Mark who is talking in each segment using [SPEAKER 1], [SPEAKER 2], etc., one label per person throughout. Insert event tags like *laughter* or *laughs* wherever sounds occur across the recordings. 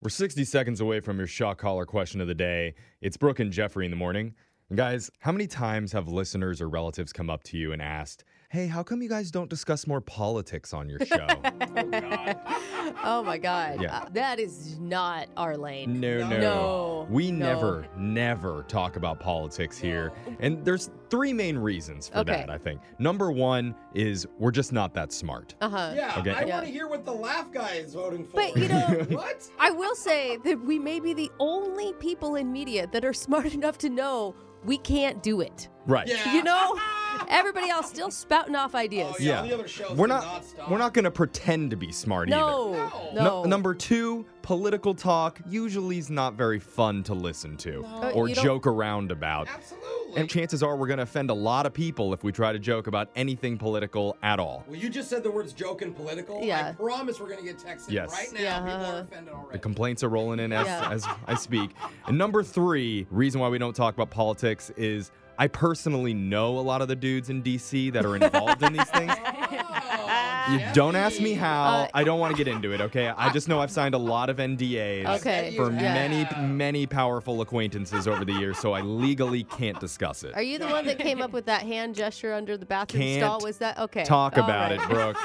[SPEAKER 1] We're 60 seconds away from your shot caller question of the day. It's Brooke and Jeffrey in the morning. And guys, how many times have listeners or relatives come up to you and asked, Hey, how come you guys don't discuss more politics on your
[SPEAKER 2] *laughs*
[SPEAKER 1] show?
[SPEAKER 3] *laughs* Oh my God.
[SPEAKER 1] Yeah.
[SPEAKER 3] Uh, that is not our
[SPEAKER 1] *laughs*
[SPEAKER 3] lane.
[SPEAKER 1] no, no.
[SPEAKER 3] No.
[SPEAKER 1] We
[SPEAKER 3] No.
[SPEAKER 1] never, never talk about politics here. And there's three main reasons for
[SPEAKER 3] Okay.
[SPEAKER 1] that, I think. Number one is we're just not that smart.
[SPEAKER 3] Uh huh.
[SPEAKER 2] Yeah,
[SPEAKER 1] Okay.
[SPEAKER 2] I
[SPEAKER 3] Yeah.
[SPEAKER 2] want to hear what the laugh guy is voting for.
[SPEAKER 3] But, you know-
[SPEAKER 2] *laughs* what?
[SPEAKER 3] I will say that we may be the only people in media that are *laughs* smart enough to know we can't do it.
[SPEAKER 1] Right.
[SPEAKER 2] Yeah.
[SPEAKER 1] *laughs*
[SPEAKER 3] You know, everybody else still spouting off ideas.
[SPEAKER 2] Oh, yeah. all the other shows
[SPEAKER 1] we're
[SPEAKER 2] do
[SPEAKER 1] not,
[SPEAKER 2] not stop.
[SPEAKER 1] we're not going to pretend to be smart either.
[SPEAKER 3] No, no.
[SPEAKER 2] No.
[SPEAKER 1] Nu- number two, political talk usually is not very fun to listen to
[SPEAKER 3] Uh,
[SPEAKER 1] or
[SPEAKER 3] you don't-
[SPEAKER 1] joke around about.
[SPEAKER 2] Absolutely.
[SPEAKER 1] And chances are we're going to offend a lot of people if we try to joke about anything political at all.
[SPEAKER 2] well, you just said the words joke and political.
[SPEAKER 3] Yeah.
[SPEAKER 2] I promise we're going to get texted
[SPEAKER 1] Yes.
[SPEAKER 2] right now.
[SPEAKER 3] Yeah.
[SPEAKER 2] People are offended already.
[SPEAKER 1] The complaints are rolling in as,
[SPEAKER 3] Yeah.
[SPEAKER 1] as I speak. And number three, reason why we don't talk about politics is I personally know a lot of the dudes in DC that are involved in these things.
[SPEAKER 2] Oh,
[SPEAKER 1] You don't ask me
[SPEAKER 2] Jeffy.
[SPEAKER 1] how.
[SPEAKER 3] Uh,
[SPEAKER 1] I don't want to get into it, okay? I just know I've signed a lot of NDAs
[SPEAKER 3] Okay,
[SPEAKER 1] for
[SPEAKER 3] yeah.
[SPEAKER 1] many, many powerful acquaintances over the years, so I legally can't discuss it.
[SPEAKER 3] Are you the one that came up with that hand gesture under the bathroom
[SPEAKER 1] Can't
[SPEAKER 3] stall? Was that okay?
[SPEAKER 1] Talk
[SPEAKER 3] all
[SPEAKER 1] about
[SPEAKER 3] right.
[SPEAKER 1] it, Brooke.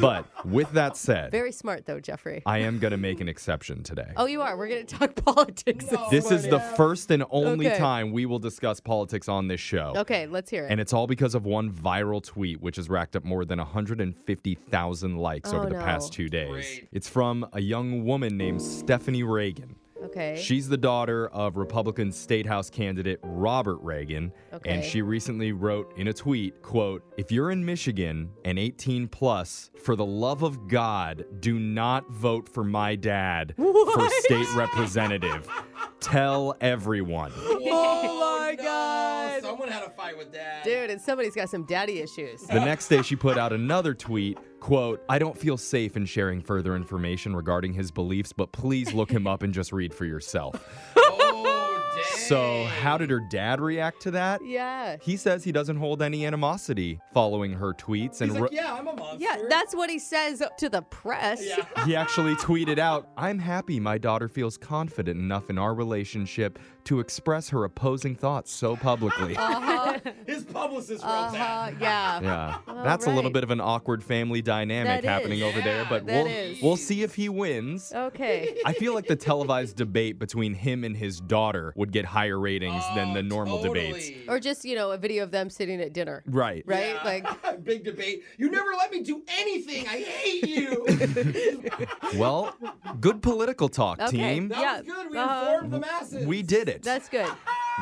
[SPEAKER 1] but with that said,
[SPEAKER 3] Very smart though, Jeffrey.
[SPEAKER 1] I am going to make an exception today.
[SPEAKER 3] oh, you are. We're gonna talk *laughs* politics.
[SPEAKER 2] No.
[SPEAKER 1] This is the first and only
[SPEAKER 3] Oh Okay.
[SPEAKER 1] time we will discuss politics on this show.
[SPEAKER 3] Okay, let's hear it.
[SPEAKER 1] And it's all because of one viral tweet, which has racked up more than 150,000 likes
[SPEAKER 3] Oh,
[SPEAKER 1] over the
[SPEAKER 3] no.
[SPEAKER 1] past two days.
[SPEAKER 2] Great.
[SPEAKER 1] It's from a young woman named Stephanie Reagan.
[SPEAKER 3] okay.
[SPEAKER 1] She's the daughter of Republican State House candidate Robert Reagan,
[SPEAKER 3] Okay.
[SPEAKER 1] and she recently wrote in a tweet, quote, "If you're in Michigan and 18 plus, for the love of God, do not vote for my dad for state representative. Tell everyone."
[SPEAKER 2] Oh
[SPEAKER 3] my
[SPEAKER 2] *laughs*
[SPEAKER 3] God.
[SPEAKER 2] Someone had a fight with that.
[SPEAKER 3] Dude, and somebody's got some daddy issues.
[SPEAKER 1] The next day she put out another tweet, quote, "I don't feel safe in sharing further information regarding his beliefs, but please look him up and just read for yourself."
[SPEAKER 3] *laughs*
[SPEAKER 2] Oh, dang.
[SPEAKER 1] So, how did her dad react to that?
[SPEAKER 3] Yeah.
[SPEAKER 1] He says he doesn't hold any animosity following her tweets, and
[SPEAKER 2] He's like,
[SPEAKER 1] re-
[SPEAKER 2] yeah, I'm a monster.
[SPEAKER 3] Yeah, that's what he says to the press.
[SPEAKER 2] Yeah.
[SPEAKER 1] he actually tweeted out, "I'm happy my daughter feels confident enough in our relationship to express her opposing thoughts so
[SPEAKER 3] *laughs*
[SPEAKER 1] publicly."
[SPEAKER 3] *laughs* Uh-huh.
[SPEAKER 2] His publicist wrote
[SPEAKER 3] Uh-huh.
[SPEAKER 2] *laughs* that.
[SPEAKER 3] Yeah.
[SPEAKER 1] Yeah, that's a little
[SPEAKER 3] right.
[SPEAKER 1] bit of an awkward family dynamic
[SPEAKER 3] That
[SPEAKER 1] happening
[SPEAKER 3] is.
[SPEAKER 1] over there,
[SPEAKER 2] Yeah,
[SPEAKER 1] but
[SPEAKER 3] that
[SPEAKER 1] we'll
[SPEAKER 3] is. Oh.
[SPEAKER 1] we'll see if he wins.
[SPEAKER 3] Okay.
[SPEAKER 1] I feel like the televised debate between him and his daughter would get higher ratings
[SPEAKER 3] Oh,
[SPEAKER 1] than the normal debates.
[SPEAKER 3] Or just, you know, a video of them sitting at dinner.
[SPEAKER 1] Right.
[SPEAKER 3] Right? Like,
[SPEAKER 2] Like *laughs* big debate. You never let me do anything. I
[SPEAKER 3] *laughs*
[SPEAKER 2] hate you.
[SPEAKER 1] Well, good political talk,
[SPEAKER 3] Okay.
[SPEAKER 1] team.
[SPEAKER 2] That
[SPEAKER 3] Yeah,
[SPEAKER 2] was good. We
[SPEAKER 3] uh-huh.
[SPEAKER 2] informed the masses.
[SPEAKER 1] We did it.
[SPEAKER 3] that's good.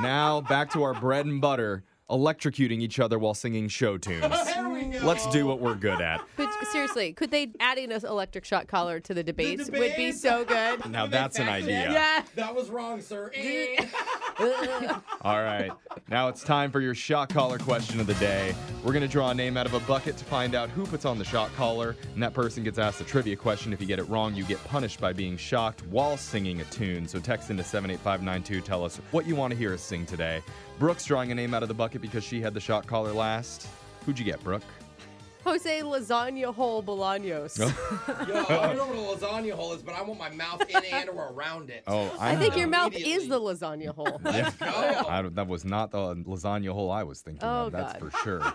[SPEAKER 1] Now back to our bread and butter, electrocuting each other while singing show tunes.
[SPEAKER 2] *laughs* There we go.
[SPEAKER 1] Let's do what we're good at.
[SPEAKER 3] But seriously, could they adding an electric shock collar to the debates would be
[SPEAKER 2] debates.
[SPEAKER 3] so good?
[SPEAKER 1] *laughs*
[SPEAKER 2] *laughs*
[SPEAKER 1] Now that's an idea.
[SPEAKER 3] Yeah.
[SPEAKER 2] That was wrong, sir. *laughs*
[SPEAKER 1] All right. Now it's time for your shot caller question of the day. We're going to draw a name out of a bucket to find out who puts on the shot collar, and that person gets asked a trivia question. If you get it wrong, you get punished by being shocked while singing a tune. So text into 78592. Tell us what you want to hear us sing today. Brooke's drawing a name out of the bucket because she had the shot collar last. Who'd you get, Brooke?
[SPEAKER 3] *laughs* Jose Lasagna Hole
[SPEAKER 1] *laughs*
[SPEAKER 3] Bolaños.
[SPEAKER 2] Yo, I don't know what a lasagna hole is, but I want my mouth in and or around it.
[SPEAKER 1] Oh,
[SPEAKER 3] I think your mouth
[SPEAKER 2] Immediately.
[SPEAKER 3] is the lasagna hole.
[SPEAKER 1] *laughs* Yeah.
[SPEAKER 3] *laughs*
[SPEAKER 2] Go.
[SPEAKER 1] I don't- that was not the lasagna hole I was thinking
[SPEAKER 3] Oh,
[SPEAKER 1] of. That's
[SPEAKER 3] God. *laughs*
[SPEAKER 1] for sure. All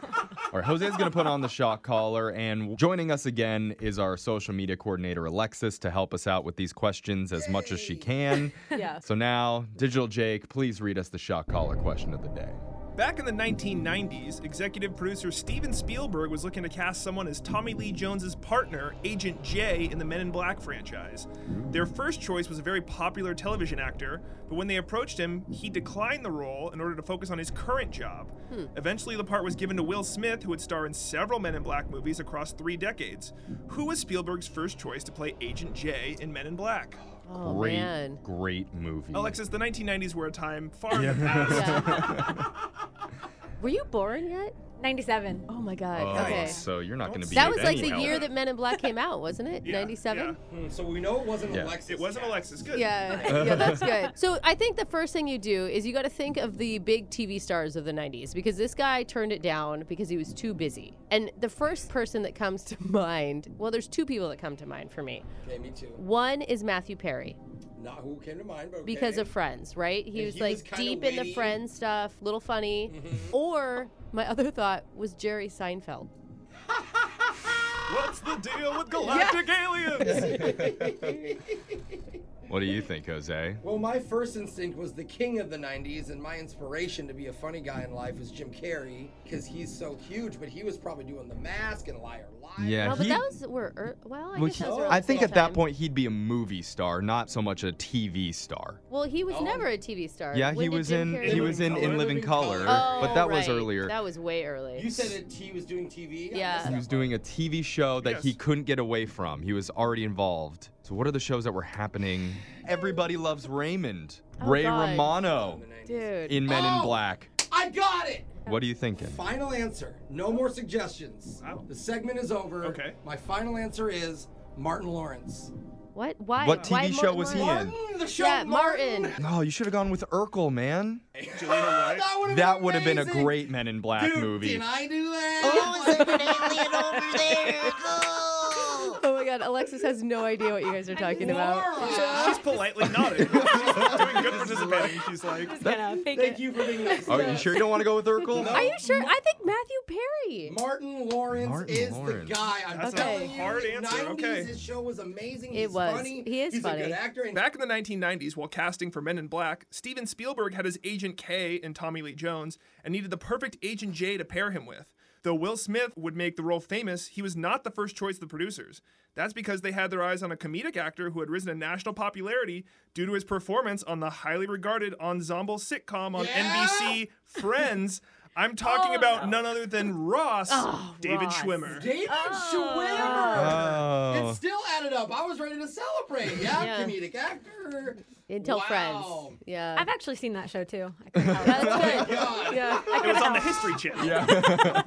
[SPEAKER 1] right, Jose's going to put on the shock collar, and joining us again is our social media coordinator, Alexis, to help us out with these questions as much as she can.
[SPEAKER 3] *laughs* yeah.
[SPEAKER 1] So now, Digital Jake, please read us the shock collar question of the day.
[SPEAKER 4] Back in the 1990s, executive producer Steven Spielberg was looking to cast someone as Tommy Lee Jones's partner, Agent J, in the Men in Black franchise. Their first choice was a very popular television actor, but when they approached him, he declined the role in order to focus on his current job. Eventually, the part was given to Will Smith, who would star in several Men in Black movies across three decades. Who was Spielberg's first choice to play Agent J in Men in Black?
[SPEAKER 3] Oh,
[SPEAKER 1] great,
[SPEAKER 3] man.
[SPEAKER 1] great movie.
[SPEAKER 4] Alexis, the 1990s were a time far in the past.
[SPEAKER 3] Yeah. Were you born yet?
[SPEAKER 5] 97.
[SPEAKER 3] Oh my God.
[SPEAKER 2] Uh,
[SPEAKER 1] Oh,
[SPEAKER 3] okay.
[SPEAKER 1] so you're not going to be.
[SPEAKER 3] That was like the
[SPEAKER 1] anyhow.
[SPEAKER 3] year that Men in
[SPEAKER 2] *laughs*
[SPEAKER 3] Black came out, wasn't it?
[SPEAKER 4] Yeah,
[SPEAKER 3] 97?
[SPEAKER 2] Hmm, so we know it wasn't
[SPEAKER 1] Yeah.
[SPEAKER 2] Alexis.
[SPEAKER 4] It wasn't
[SPEAKER 2] yet.
[SPEAKER 4] Alexis. Good.
[SPEAKER 3] Yeah, yeah, that's good. So I think the first thing you do is you got to think of the big TV stars of the 90s because this guy turned it down because he was too busy. And the first person that comes to *laughs* mind, well, there's two people that come to mind for me.
[SPEAKER 2] Okay, me too.
[SPEAKER 3] One is Matthew Perry
[SPEAKER 2] Not who came to mind, but okay.
[SPEAKER 3] because of Friends, right? He
[SPEAKER 2] And
[SPEAKER 3] was
[SPEAKER 2] he
[SPEAKER 3] like
[SPEAKER 2] was kinda
[SPEAKER 3] deep in the
[SPEAKER 2] witty. Mm-hmm.
[SPEAKER 3] Friends stuff, little funny. Or my other thought was Jerry Seinfeld.
[SPEAKER 4] What's the deal with galactic aliens?
[SPEAKER 1] What do you think, Jose?
[SPEAKER 2] Well, my first instinct was the king of the 90s, and my inspiration to be a funny guy in life was Jim Carrey because he's so huge, but he was probably doing the mask and liar liar.
[SPEAKER 1] Yeah,
[SPEAKER 3] No, but
[SPEAKER 1] he-
[SPEAKER 3] that was were er, well. I
[SPEAKER 1] Well,
[SPEAKER 3] guess that
[SPEAKER 1] he-
[SPEAKER 3] was
[SPEAKER 2] around
[SPEAKER 1] I
[SPEAKER 2] the
[SPEAKER 1] think
[SPEAKER 2] same
[SPEAKER 1] at that
[SPEAKER 3] time.
[SPEAKER 1] point he'd be a movie star, not so much a TV star.
[SPEAKER 3] Well, he was
[SPEAKER 2] Oh.
[SPEAKER 3] never a TV star.
[SPEAKER 1] Yeah,
[SPEAKER 3] When
[SPEAKER 1] he
[SPEAKER 3] did
[SPEAKER 1] was in
[SPEAKER 3] Jim Carrey Oh,
[SPEAKER 1] he
[SPEAKER 2] Living
[SPEAKER 1] was in
[SPEAKER 2] Color.
[SPEAKER 1] In Living
[SPEAKER 2] Living
[SPEAKER 1] Color,
[SPEAKER 2] Color.
[SPEAKER 1] but that was
[SPEAKER 3] right.
[SPEAKER 1] earlier.
[SPEAKER 3] That was way early.
[SPEAKER 2] Oh, You said that he was doing TV. I
[SPEAKER 3] Yeah.
[SPEAKER 2] missed
[SPEAKER 1] he
[SPEAKER 2] that
[SPEAKER 1] was
[SPEAKER 2] part.
[SPEAKER 1] doing a TV show that he
[SPEAKER 4] Yes.
[SPEAKER 1] couldn't get away from. He was already involved. So what are the shows that were happening? Everybody loves Raymond.
[SPEAKER 3] Oh,
[SPEAKER 1] Ray
[SPEAKER 3] God.
[SPEAKER 1] Romano
[SPEAKER 2] In the 90s.
[SPEAKER 3] dude.
[SPEAKER 1] in Men in
[SPEAKER 2] Oh!
[SPEAKER 1] Black.
[SPEAKER 2] I got it.
[SPEAKER 1] What are you thinking?
[SPEAKER 2] Final answer. No more suggestions.
[SPEAKER 4] Wow.
[SPEAKER 2] The segment is over.
[SPEAKER 4] Okay.
[SPEAKER 2] My final answer is Martin Lawrence.
[SPEAKER 3] what? Why?
[SPEAKER 1] What
[SPEAKER 3] why
[SPEAKER 1] TV show
[SPEAKER 3] Martin
[SPEAKER 1] was he
[SPEAKER 3] Lawrence?
[SPEAKER 1] in?
[SPEAKER 2] Martin, the show
[SPEAKER 3] Yeah,
[SPEAKER 2] Martin. *laughs*
[SPEAKER 3] Martin.
[SPEAKER 1] No, you should have gone with Urkel, man.
[SPEAKER 4] Jalena White.
[SPEAKER 2] That would have
[SPEAKER 1] That would have been a
[SPEAKER 2] amazing.
[SPEAKER 1] great Men in Black
[SPEAKER 2] Dude,
[SPEAKER 1] movie.
[SPEAKER 2] Did I do that?
[SPEAKER 3] Oh my God, Alexis has no idea what you guys are talking about.
[SPEAKER 2] Laura,
[SPEAKER 4] She's politely nodding. She's doing good participating. She's like,
[SPEAKER 5] Just gonna fake
[SPEAKER 2] Thank
[SPEAKER 5] it.
[SPEAKER 2] you for being nice.
[SPEAKER 1] Are Oh, you sure you don't want to go with Urkel?
[SPEAKER 3] Are you sure? *laughs* I think Matthew Perry.
[SPEAKER 2] Martin Lawrence
[SPEAKER 1] Martin
[SPEAKER 2] is
[SPEAKER 1] Lawrence.
[SPEAKER 2] the guy. I'm
[SPEAKER 4] That's a
[SPEAKER 2] telling you,
[SPEAKER 4] hard
[SPEAKER 2] the
[SPEAKER 4] answer,
[SPEAKER 2] 90s,
[SPEAKER 4] okay.
[SPEAKER 2] His show was amazing.
[SPEAKER 3] It
[SPEAKER 2] He's
[SPEAKER 3] was.
[SPEAKER 2] Funny.
[SPEAKER 3] He is
[SPEAKER 2] He's
[SPEAKER 3] funny.
[SPEAKER 2] a good actor. And
[SPEAKER 4] Back in the 1990s, while casting for Men in Black, Steven Spielberg had his Agent K in Tommy Lee Jones and needed the perfect Agent J to pair him with. Though Will Smith would make the role famous, he was not the first choice of the producers. That's because they had their eyes on a comedic actor who had risen to national popularity due to his performance on the highly regarded ensemble sitcom on
[SPEAKER 2] Yeah?
[SPEAKER 4] NBC Friends. I'm talking about none other than Ross, David
[SPEAKER 5] Ross.
[SPEAKER 4] Schwimmer.
[SPEAKER 2] *laughs* David
[SPEAKER 3] Oh.
[SPEAKER 2] Schwimmer.
[SPEAKER 1] Oh.
[SPEAKER 3] *laughs*
[SPEAKER 2] It
[SPEAKER 1] *laughs*
[SPEAKER 2] still added up. I was ready to celebrate. Yeah,
[SPEAKER 3] Yeah.
[SPEAKER 2] comedic actor.
[SPEAKER 3] Until
[SPEAKER 2] Wow.
[SPEAKER 3] Friends. Yeah.
[SPEAKER 5] I've actually seen that show too. *laughs* I couldn't help it.
[SPEAKER 3] That's good.
[SPEAKER 2] God.
[SPEAKER 3] Yeah.
[SPEAKER 4] It was on the History Channel.
[SPEAKER 1] *laughs*
[SPEAKER 3] *laughs*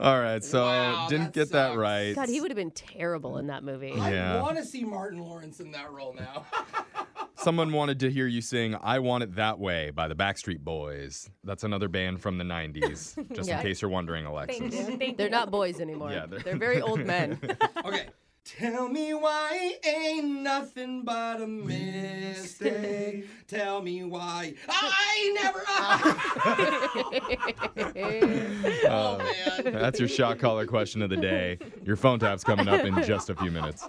[SPEAKER 1] All right, so uh,
[SPEAKER 2] Wow,
[SPEAKER 1] didn't
[SPEAKER 2] that
[SPEAKER 1] get that
[SPEAKER 2] sucks.
[SPEAKER 1] right.
[SPEAKER 3] God, he would have been terrible in that movie.
[SPEAKER 1] Yeah.
[SPEAKER 2] I want to see Martin Lawrence in that role now. *laughs*
[SPEAKER 1] Someone wanted to hear you sing I Want It That Way by the Backstreet Boys. That's another band from the
[SPEAKER 5] *laughs*
[SPEAKER 1] 90s, just
[SPEAKER 3] Yeah.
[SPEAKER 1] in case you're wondering,
[SPEAKER 5] Thank
[SPEAKER 1] Alexis.
[SPEAKER 5] you. Thank
[SPEAKER 3] They're
[SPEAKER 5] you.
[SPEAKER 3] not boys anymore.
[SPEAKER 1] Yeah,
[SPEAKER 3] they're,
[SPEAKER 1] they're-
[SPEAKER 3] very
[SPEAKER 1] *laughs*
[SPEAKER 3] old men.
[SPEAKER 2] okay. Tell me why ain't nothing but
[SPEAKER 1] *laughs*
[SPEAKER 2] a mistake. Tell me why I never. *laughs* oh man. Oh,
[SPEAKER 1] That's your shot caller question of the day. Your phone tap's coming up in just a few minutes.